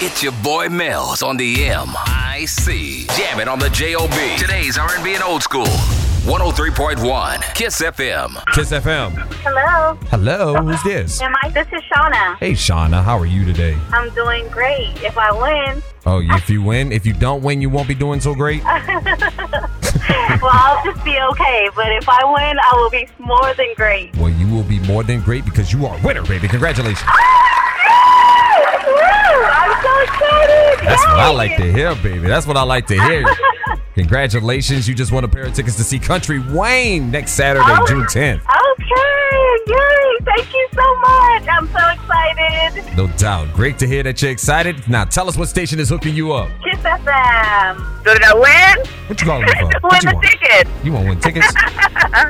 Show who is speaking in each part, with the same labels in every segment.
Speaker 1: It's your boy Mills on the MIC. Jam it on the JOB. Today's R&B and old school. 103.1 Kiss FM.
Speaker 2: Kiss FM.
Speaker 3: Hello.
Speaker 2: Hello, who's this?
Speaker 3: Am I? This is Shauna.
Speaker 2: Hey, Shauna, how are you today?
Speaker 3: I'm doing great. If I win,
Speaker 2: Oh, if you win, if you don't win, you won't be doing so great.
Speaker 3: well, I'll just be okay. But if I win, I will be more than great.
Speaker 2: Well, you will be more than great because you are a winner, baby. Congratulations.
Speaker 3: Woo! I'm so excited.
Speaker 2: That's what I
Speaker 3: Yay!
Speaker 2: like to hear, baby. That's what I like to hear. Congratulations, you just won a pair of tickets to see Country Wayne next Saturday,
Speaker 3: Oh.
Speaker 2: June 10th.
Speaker 3: Okay. Yay. Thank you so much. I'm so excited.
Speaker 2: No doubt. Great to hear that you're excited. Now, tell us what station is hooking you up.
Speaker 3: Kiss FM. Did I win?
Speaker 2: What you calling me for?
Speaker 3: win
Speaker 2: Oh, What you
Speaker 3: the
Speaker 2: want?
Speaker 3: ticket. Uh-huh.
Speaker 2: You want to win tickets?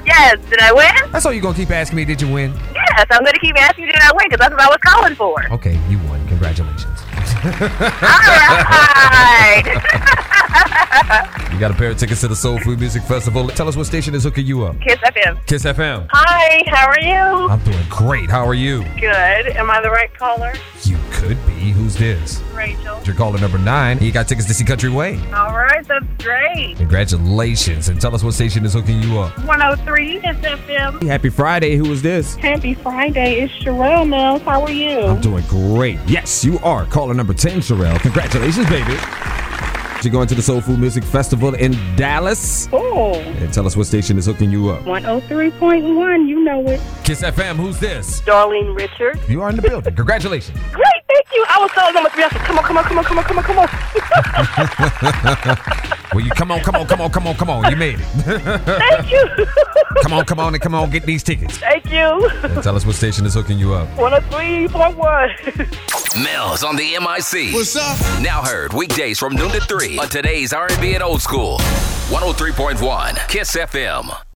Speaker 3: yes. Did I win?
Speaker 2: That's all you're going to keep asking me. Did you win?
Speaker 3: Yes. I'm going to keep asking you, did I win? Because that's what I was calling for.
Speaker 2: Okay, you won. Congratulations.
Speaker 3: All right.
Speaker 2: You got a pair of tickets to the Soul Food Music Festival. Tell us what station is hooking you up.
Speaker 3: Kiss FM.
Speaker 2: Kiss FM.
Speaker 3: Hi. How are you?
Speaker 2: I'm doing great. How are you?
Speaker 3: Good. Am I the right caller?
Speaker 2: You could be. Who's this?
Speaker 3: Rachel.
Speaker 2: You're caller number nine. He got tickets to see Country Wayne.
Speaker 3: All right, that's great.
Speaker 2: Congratulations. And tell us what station is hooking you up.
Speaker 3: 103 SFM.
Speaker 2: Happy Friday. Who is this?
Speaker 3: Happy Friday. It's Sherelle Mills. How are you?
Speaker 2: I'm doing great. Yes, you are. Caller number 10, Sherelle. Congratulations, baby. You're going to the Soul Food Music Festival in Dallas.
Speaker 4: Cool.
Speaker 2: And tell us what station is hooking you up.
Speaker 4: 103.1, you know it.
Speaker 2: Kiss FM, who's this?
Speaker 3: Darlene Richard.
Speaker 2: You are in the building. Congratulations.
Speaker 3: Great, thank you. I was calling number three. I said, come on, come on, come on, come on, come on, come on.
Speaker 2: Well, you come on, come on, come on, come on, come on. You made it.
Speaker 3: Thank you.
Speaker 2: Come on, come on, and come on, get these tickets.
Speaker 3: thank you.
Speaker 2: And tell us what station is hooking you up.
Speaker 3: 103.1.
Speaker 1: Mills on the MIC.
Speaker 5: What's up?
Speaker 1: Now heard weekdays oh from noon to 3 on today's R&B and old school. 103.1 Kiss FM.